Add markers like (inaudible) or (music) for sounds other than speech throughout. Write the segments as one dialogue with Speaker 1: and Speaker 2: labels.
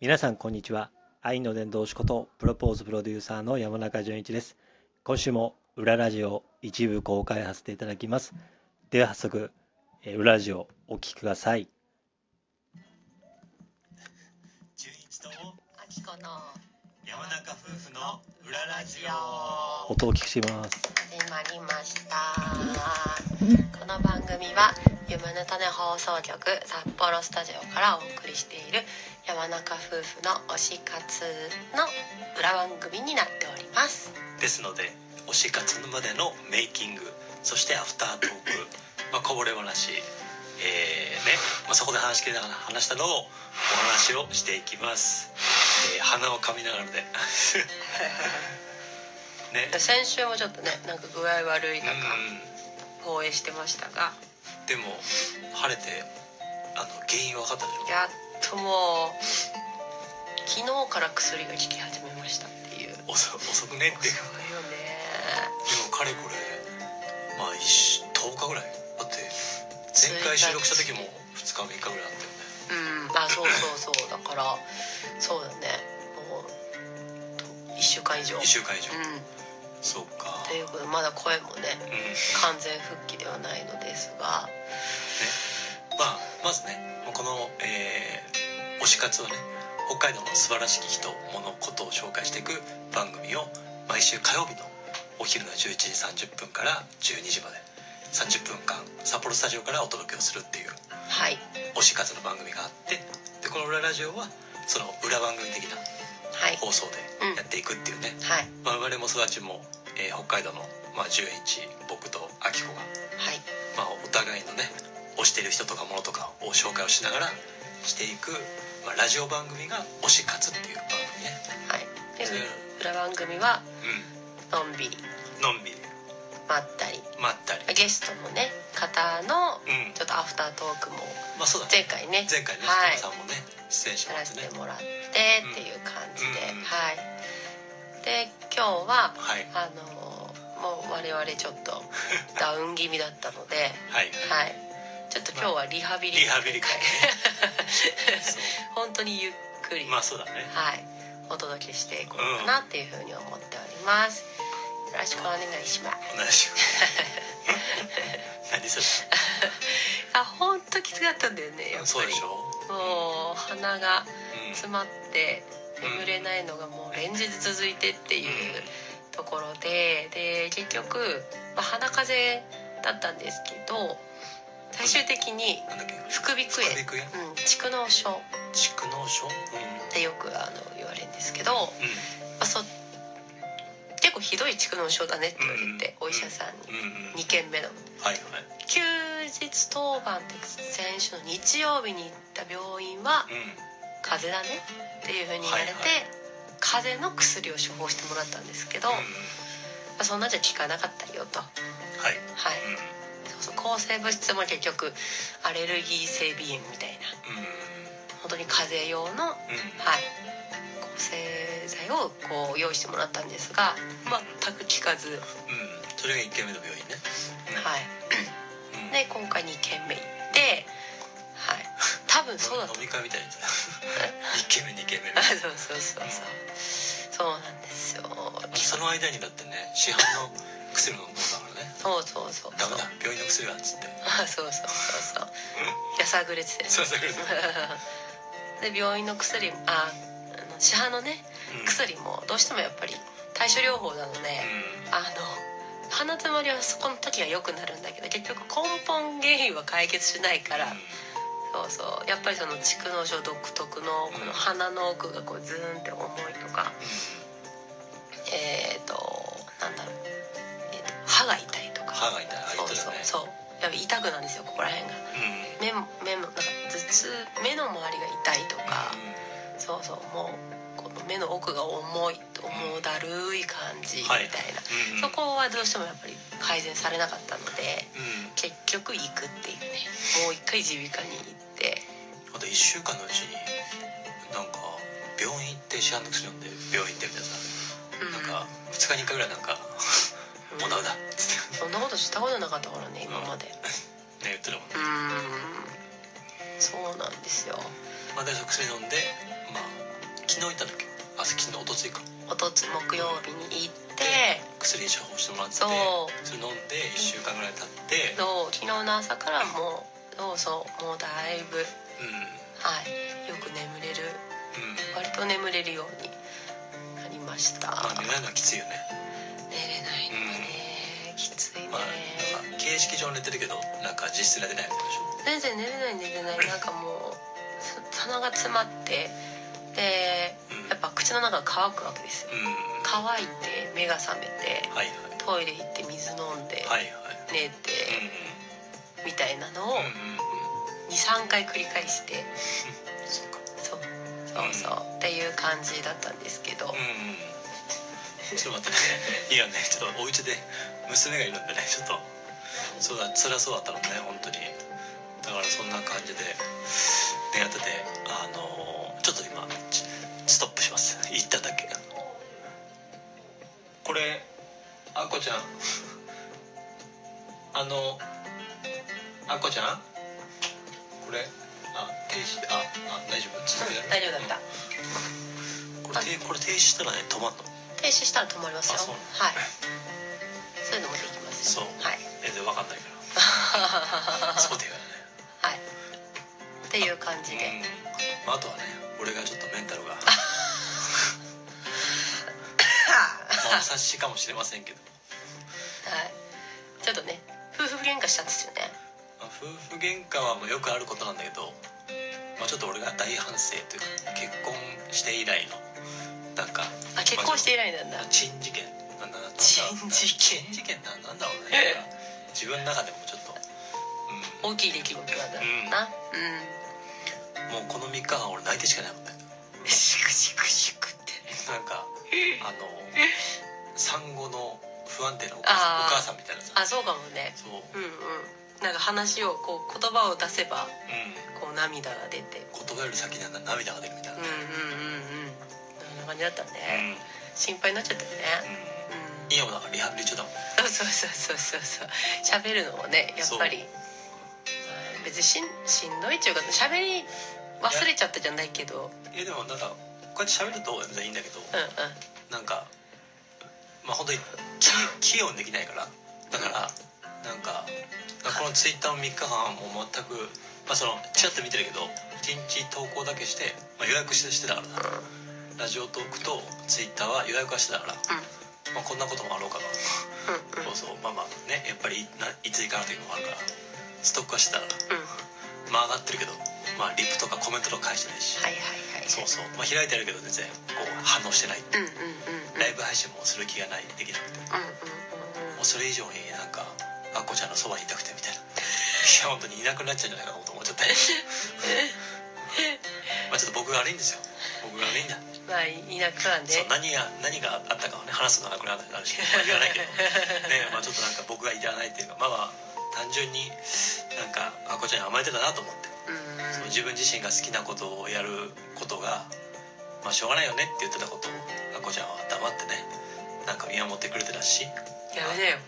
Speaker 1: 皆さん、こんにちは。愛の伝道師こと、プロポーズプロデューサーの山中淳一です。今週も、裏ラジオ一部公開させていただきます。では、早速、えー裏ラジオお聞きください。
Speaker 2: 純一と
Speaker 3: あきこの
Speaker 2: 山中夫婦の裏ラジオ
Speaker 1: 音をお聞きします。
Speaker 3: 始まりましたこの番組は夢の種放送局札幌スタジオからお送りしている山中夫婦の推し活の裏番組になっております
Speaker 2: ですので推し活までのメイキングそしてアフタートーク、まあ、こぼれ話えーねまあ、そこで話しきれながら話したのをお話をしていきます、えー鼻をかみな
Speaker 3: (laughs)
Speaker 2: がらでね
Speaker 3: 先週もちょっとねなんか具合悪い中
Speaker 2: う
Speaker 3: 放映してましたが
Speaker 2: んでも晴れてあの原因分かったでしょ
Speaker 3: やっともう昨日から薬が効き始めましたっていう
Speaker 2: 遅遅くねっていう
Speaker 3: すごいよね
Speaker 2: でもかれこれまあ一週10日ぐらいだって前回収録した時も2日3日ぐらいあったよね
Speaker 3: うんあそうそうそうだからそうだねもう1週間以上う
Speaker 2: 1週間以上、
Speaker 3: ん
Speaker 2: そうか
Speaker 3: ということでまだ声もね
Speaker 2: うん
Speaker 3: 完全復帰ではないのですが
Speaker 2: まあまずねこの、えー推し活はね北海道の素晴らしき人物ことを紹介していく番組を毎週火曜日のお昼の11時30分から12時まで30分間札幌スタジオからお届けをするっていう
Speaker 3: はい
Speaker 2: 推し活の番組があってでこの裏ラジオはその裏番組的な
Speaker 3: はい
Speaker 2: 放送でやっていくっていうね、
Speaker 3: はい
Speaker 2: 我々も育ちも、えー北海道の、まあ、純一僕とあきこが、
Speaker 3: はい
Speaker 2: まあ、お互いのね推してる人とかものとかを紹介をしながらしていく、まあ、ラジオ番組が「推し活」っていう番組ね
Speaker 3: はいで
Speaker 2: それは
Speaker 3: 裏番組はのんびり
Speaker 2: うんのんびり
Speaker 3: まったり
Speaker 2: まったり
Speaker 3: ゲストもね方の
Speaker 2: うん
Speaker 3: ちょっとアフタートークも
Speaker 2: まあそうだね
Speaker 3: 前回ね
Speaker 2: 前回ね、
Speaker 3: はい
Speaker 2: さんもね出演し
Speaker 3: や
Speaker 2: ま
Speaker 3: ら
Speaker 2: す
Speaker 3: せ
Speaker 2: ね
Speaker 3: てもらって
Speaker 2: うん
Speaker 3: っていう感じで、
Speaker 2: うん
Speaker 3: はいで今日は
Speaker 2: はい
Speaker 3: あのもう我々ちょ
Speaker 2: (laughs)
Speaker 3: っとダウン気味だったので
Speaker 2: はい
Speaker 3: はいちょっと今日はリハビリ、
Speaker 2: リハビリ会
Speaker 3: (laughs)
Speaker 2: そ
Speaker 3: 本当にゆっくり、
Speaker 2: うまあそうだね
Speaker 3: はいお届けしていこうかなっていうふうに思っております、よろしくお願いします
Speaker 2: 同
Speaker 3: (laughs)
Speaker 2: じ何それ
Speaker 3: あ本当きつかったんだよねやっぱ
Speaker 2: そうで
Speaker 3: り
Speaker 2: しょ、
Speaker 3: もう鼻が
Speaker 2: うん
Speaker 3: 詰まって眠れないのがもう連日続いてっていう、ところでで結局、まあ、鼻風邪だったんですけど最終的に
Speaker 2: うん、なんだっけ
Speaker 3: 副鼻
Speaker 2: 副
Speaker 3: 腔炎
Speaker 2: 鼻腔炎
Speaker 3: うん蓄膿症っ
Speaker 2: 蓄膿症うん
Speaker 3: てよくあの言われるんですけど、ま
Speaker 2: う
Speaker 3: あ、そ結構ひどい蓄膿症だねって言われて、
Speaker 2: うん
Speaker 3: お医者さん
Speaker 2: ん
Speaker 3: に
Speaker 2: うんうん
Speaker 3: 2軒目の
Speaker 2: はいはい
Speaker 3: 休日当番って先週の日曜日に行った病院は
Speaker 2: う
Speaker 3: 風邪だねっていうふうに言われて、
Speaker 2: はいは
Speaker 3: 風邪の薬を処方してもらったんですけど、
Speaker 2: ん
Speaker 3: まあ、そんなんじゃ効かなかったよと。
Speaker 2: はい
Speaker 3: はい
Speaker 2: うん
Speaker 3: そうそう抗生物質も結局アレルギー性鼻炎みたいな
Speaker 2: うん
Speaker 3: 本当に風邪用の、はい、
Speaker 2: うん
Speaker 3: 抗生剤をこう用意してもらったんですが全く効かず、は
Speaker 2: うんそれが一軒目の病院ねう
Speaker 3: い、
Speaker 2: ん
Speaker 3: で今回2軒目行って、はい、多分そうだと
Speaker 2: 飲み会みたいな一軒目二軒目
Speaker 3: あそう (laughs) そうそうそうそうなんですよ
Speaker 2: その間にだってね市販の薬飲んだんだからね
Speaker 3: そうそうそう
Speaker 2: ダ
Speaker 3: そう
Speaker 2: メだ病院の薬だっつって
Speaker 3: あそうそうそうそうやさぐれてて (laughs)
Speaker 2: そうそうそう
Speaker 3: で病院の薬もああの市販のね
Speaker 2: うん
Speaker 3: 薬もどうしてもやっぱり対処療法なので、
Speaker 2: うん
Speaker 3: あの鼻詰まりはそこの時は良くなるんだけど結局根本原因は解決しないから、
Speaker 2: うん
Speaker 3: そうそうやっぱりその蓄膿症独特のこの鼻の奥がこうズーンって重いとかえっ、ー、となんだろう、えーと歯が痛いとか
Speaker 2: 歯が痛いあ
Speaker 3: そう
Speaker 2: 痛い
Speaker 3: そう
Speaker 2: ね
Speaker 3: そうやっぱ痛くなるんですよここら辺が
Speaker 2: うん
Speaker 3: 目も目もなんか頭痛目の周りが痛いとか、
Speaker 2: う
Speaker 3: そうそうもうこの目の奥が重い重だるい感じみた
Speaker 2: はいい
Speaker 3: な、
Speaker 2: んうん
Speaker 3: そこはどうしてもやっぱり改善されなかったので
Speaker 2: うん
Speaker 3: 結局行くっていうねもう一回耳鼻科に行って
Speaker 2: あと1週間のうちになんか病院行って市販の薬飲んで病院行ってみたいなさ
Speaker 3: うん
Speaker 2: なんか2日に1回ぐらいなんか「もうダメだ」っつっ
Speaker 3: そんなことしたことなかったからね今まで
Speaker 2: てね言ってたもんね
Speaker 3: うんそうなんですよ
Speaker 2: まあ、でその薬飲んでまああ昨日おとついか
Speaker 3: おとつ木曜日に行って
Speaker 2: 薬で処方してもらって
Speaker 3: そう
Speaker 2: それ飲んで1週間ぐらい経って
Speaker 3: そう昨日の朝からもうそうそうもうだいぶ
Speaker 2: うんうん
Speaker 3: はいよく眠れる割と眠れるようになりました
Speaker 2: まあ寝ないのはきついよね
Speaker 3: 寝れないのがねきついね
Speaker 2: まあなんか形式上寝てるけどなんか実質寝てないみたいでしょ
Speaker 3: 全然寝れない寝れないなんかもうそ鼻が詰まってで
Speaker 2: うん
Speaker 3: やっぱ口の中が乾くわけです
Speaker 2: う
Speaker 3: よ
Speaker 2: ん
Speaker 3: 乾いて目が覚めて
Speaker 2: はいはい
Speaker 3: トイレ行って水飲んで、
Speaker 2: はいはい
Speaker 3: 寝
Speaker 2: うん
Speaker 3: てみたいなのを
Speaker 2: うんうんうん
Speaker 3: 23回繰り返して
Speaker 2: そっか
Speaker 3: そうそうそうっていう感じだったんですけど、
Speaker 2: うんちょっと待ってねいいよねちょっとお家で娘がいるんでねちょっとそうだ辛そうだったのね本当にだからそんな感じで出会っててあのーちょっと今ちストップします一旦だけこれあっこちゃんあのあっこちゃんこれあ停止ああ大丈夫
Speaker 3: うん大丈夫
Speaker 2: これ
Speaker 3: だった
Speaker 2: 停これ停止したらね止まんの
Speaker 3: 停止したら止まります
Speaker 2: あ
Speaker 3: よ
Speaker 2: そう
Speaker 3: はいそういうのもできます
Speaker 2: そ
Speaker 3: よ
Speaker 2: う
Speaker 3: はい
Speaker 2: え全然わかんないから
Speaker 3: (laughs)
Speaker 2: そうだ
Speaker 3: は
Speaker 2: よね
Speaker 3: いっていう感じで、
Speaker 2: うんまあ、あとはね俺がちょっとメンタル
Speaker 3: (laughs)
Speaker 2: がまあお察しかもしれませんけど
Speaker 3: はい、ちょっとね夫婦喧嘩したんですよね
Speaker 2: まあ夫婦喧嘩はもうよくあることなんだけど、まあ、ちょっと俺が大反省というか結婚して以来のなんか
Speaker 3: あ結婚して以来なんだ
Speaker 2: 珍事件なんだな
Speaker 3: 珍事件
Speaker 2: 珍事件なんなんだろうねなんか自分の中でもちょっと、うん、
Speaker 3: 大きい出来事なんだろ
Speaker 2: も
Speaker 3: うなうん
Speaker 2: うこの3日間俺泣いてしかいなかったよ
Speaker 3: シクシクシクって
Speaker 2: なんかあの産後の不安定なお母
Speaker 3: あー
Speaker 2: さんお母さんみたいなさ
Speaker 3: あそうかもね
Speaker 2: そう、うん、
Speaker 3: うんうんなんか話をこう言葉を出せばこう涙が出て
Speaker 2: 言葉より先になんか涙が出るみたい
Speaker 3: うん
Speaker 2: な、
Speaker 3: うんうんうんそんな感じだった
Speaker 2: う
Speaker 3: ね、
Speaker 2: ん
Speaker 3: 心配になっちゃったよね
Speaker 2: う
Speaker 3: うん
Speaker 2: ん、今もだからリハビリ中だもん
Speaker 3: そうそうそうそうそうそう喋るのもねやっぱり別にしんしんどいっていうか喋り忘れちゃったじゃないけど
Speaker 2: えでもなんかこうやって喋ると全然いいんだけど
Speaker 3: うんうん
Speaker 2: なんかまあ本当に器器用にできないからだからなんかこのツイッターの3日間はもう全くまあそのちらっと見てるけど1日投稿だけして、まあ、予約してしてたからさ
Speaker 3: うん
Speaker 2: ラジオトークとツイッターは予約はしてたから、まあ、こんなこともあろうかな
Speaker 3: うんうん
Speaker 2: そうそうまあまあねやっぱりいないつ行かなきゃいけないのもあるからストックはしてたら
Speaker 3: うんは
Speaker 2: まあ上がってるけどまあリプとかコメントとか返してないし、
Speaker 3: いはいはい
Speaker 2: そうそうまあ開いてあるけど全然こう反応してない
Speaker 3: うんうんうんうん
Speaker 2: ライブ配信もする気がないできなくて
Speaker 3: うんうんうんう
Speaker 2: もう
Speaker 3: ん
Speaker 2: それ以上になんかあっこちゃんのそばにいたくてみたいな (laughs) いや本当にいなくなっちゃうんじゃないかなと思っちゃって (laughs) まあちょっと僕が悪いんですよ僕が悪いんだ、
Speaker 3: まあいなくは (laughs) ね
Speaker 2: そう何が何があったかはね話すのなくなるし、まあ、言わないけどねまあちょっとなんか僕がいらないっていうかまあまあ単純になんかあこちゃんに甘えてたなと思って、
Speaker 3: うん
Speaker 2: その自分自身が好きなことをやることがまあしょうがないよねって言ってたことをあこちゃんは黙ってねなんか見守ってくれてたし
Speaker 3: やめなよ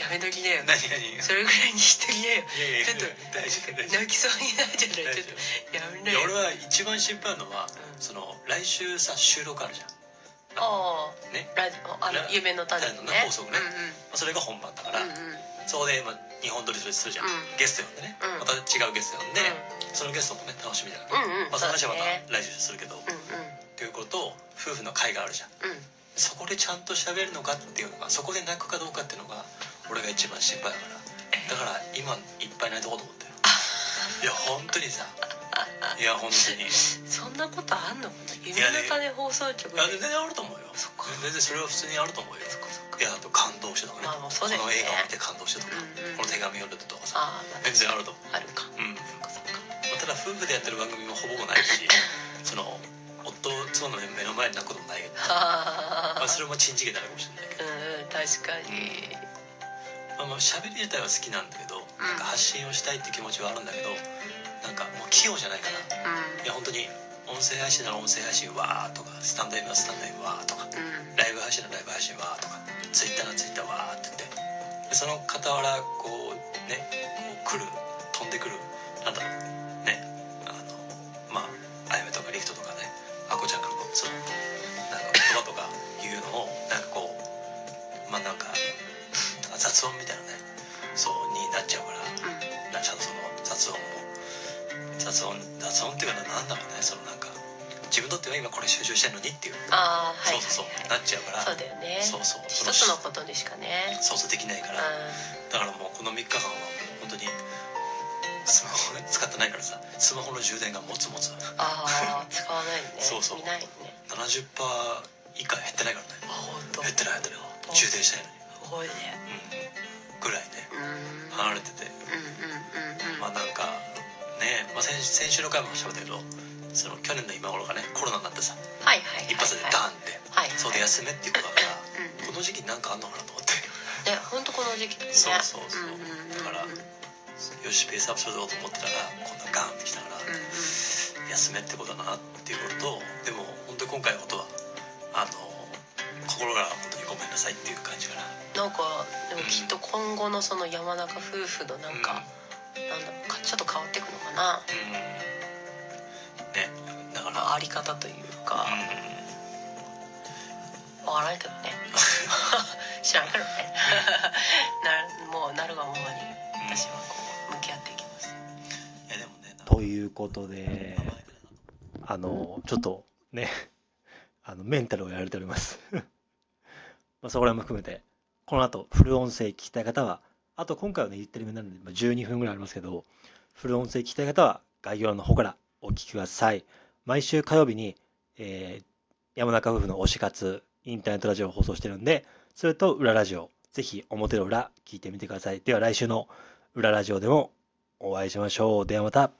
Speaker 3: やめとき (laughs) なよ
Speaker 2: 何何い
Speaker 3: それぐらいにしときなよ
Speaker 2: やいや
Speaker 3: ちょっと
Speaker 2: 大丈夫大丈夫
Speaker 3: 泣きそうになるじゃな
Speaker 2: 大
Speaker 3: いち
Speaker 2: 丈
Speaker 3: ょっとやめ
Speaker 2: 夫
Speaker 3: ないよ
Speaker 2: や俺は一番心配なのはその来週さ収録あるじゃん
Speaker 3: ああ
Speaker 2: ね
Speaker 3: ラジオあの
Speaker 2: ラ
Speaker 3: 夢の種の
Speaker 2: 種の
Speaker 3: ね
Speaker 2: ね放送ねまあそれが本番だから、
Speaker 3: うんうんうんうん
Speaker 2: そこで、まあ、日本撮りするするじゃん、
Speaker 3: うん
Speaker 2: ゲスト呼んでね、
Speaker 3: うん
Speaker 2: また違うゲスト呼んで、そのゲストもね楽しみだから、
Speaker 3: うんうん
Speaker 2: まあ、その話はま
Speaker 3: そうだね
Speaker 2: た来週するけど、
Speaker 3: うん
Speaker 2: っていうことを夫婦の会があるじゃん
Speaker 3: うんうん
Speaker 2: そこでちゃんと喋るのかっていうのがそこで泣くかどうかっていうのが俺が一番心配だからだから今いっぱい泣いとこうと思ってるいや本当にさいや本当にい
Speaker 3: そんなことあんのかな夢
Speaker 2: や
Speaker 3: の種放送局で
Speaker 2: や全然あると思うよ
Speaker 3: そっか
Speaker 2: 全然それは普通にあると思うよいやあと感動してとかね,、
Speaker 3: まあもうそうだよ
Speaker 2: こ
Speaker 3: ね
Speaker 2: の映画を見て感動してとか、
Speaker 3: うんうん
Speaker 2: この手紙読んでたとかさ
Speaker 3: ああま
Speaker 2: 全然あると思う
Speaker 3: ああるか
Speaker 2: うん
Speaker 3: そっかそっか
Speaker 2: まあただ夫婦でやってる番組もほぼもないしその夫妻の目の前に泣くこともないけど、
Speaker 3: あ
Speaker 2: ま
Speaker 3: あ
Speaker 2: あ、それも珍事件になるかもしれないけど、
Speaker 3: うんうん確かに
Speaker 2: まあ、まあ喋り自体は好きなんだけど、
Speaker 3: ん
Speaker 2: なんか発信をしたいって気持ちはあるんだけどなんかもう器用じゃないからいや本当に音声配信なら音声配信わーとかスタンド M はスタンド M わーとか
Speaker 3: うんうん
Speaker 2: ライブ配信ならライブ配信わーとかツイッターならツイッターわーって言ってでその傍らこうねこう来る飛んでくるなんだろうねあのまああやめとかリフトとかねあこちゃんからのそのなん自分にとっては今これ就職したいのにっていう、
Speaker 3: ああはいはい、はい、
Speaker 2: そうそうそうなっちゃうから
Speaker 3: そうだよね
Speaker 2: そうそうそ
Speaker 3: 一つのことでしかね
Speaker 2: そうそうできないから
Speaker 3: う
Speaker 2: だからもうこの3日間は本当にスマホね使ってないからさスマホの充電がもつもつ
Speaker 3: んああ使わないね
Speaker 2: (laughs) そうそう
Speaker 3: 見ないね
Speaker 2: 70%以下減ってないからね
Speaker 3: あ本当
Speaker 2: 減ってない減ってない充電したいのに
Speaker 3: すごいね
Speaker 2: うんぐらいね
Speaker 3: うーん
Speaker 2: 離れてて
Speaker 3: うん
Speaker 2: ま
Speaker 3: うんうんうん
Speaker 2: あなんかね、まあ、先先週の回も喋ったけどその去年の今頃がねコロナになってさ
Speaker 3: はいはいはいはい
Speaker 2: 一発でダーンって、
Speaker 3: はいはい
Speaker 2: そうで休めっていうことだから
Speaker 3: うんうん
Speaker 2: この時期になんかあんのかなと思って
Speaker 3: ね本当この時期だね
Speaker 2: そうそうそうん
Speaker 3: んん
Speaker 2: だから
Speaker 3: うんう
Speaker 2: よ
Speaker 3: ん
Speaker 2: しペースアップしようと思ってたらこんなガーンってきたから休めってことだなっていうこととでも本当に今回のことはあの心から本当にごめんなさいっていう感じかな
Speaker 3: なんかでもきっと今後のその山中夫婦のなんか、なんだろうかちょっと変わっていくのかな
Speaker 2: うんうんねだから
Speaker 3: あり方というか
Speaker 2: うん
Speaker 3: 笑えたよね (laughs) 知らんけどね (laughs) なるもうなるがままに私はこう向き合っていきます
Speaker 2: いやでもねなんか
Speaker 1: ということで、
Speaker 2: まあまあ
Speaker 1: あの、ちょっとね、 (laughs) あの、メンタルをやられております。 (laughs) まあ、そこら辺も含めて、この後、フル音声聞きたい方は、あと今回はね、言ってる目なんで、まあ、12分ぐらいありますけど、フル音声聞きたい方は、概要欄の方からお聞きください。毎週火曜日に、えー山中夫婦の推し活、インターネットラジオを放送してるんで、それと裏ラジオ、ぜひ表の裏聞いてみてください。では来週の裏ラジオでもお会いしましょう。ではまた。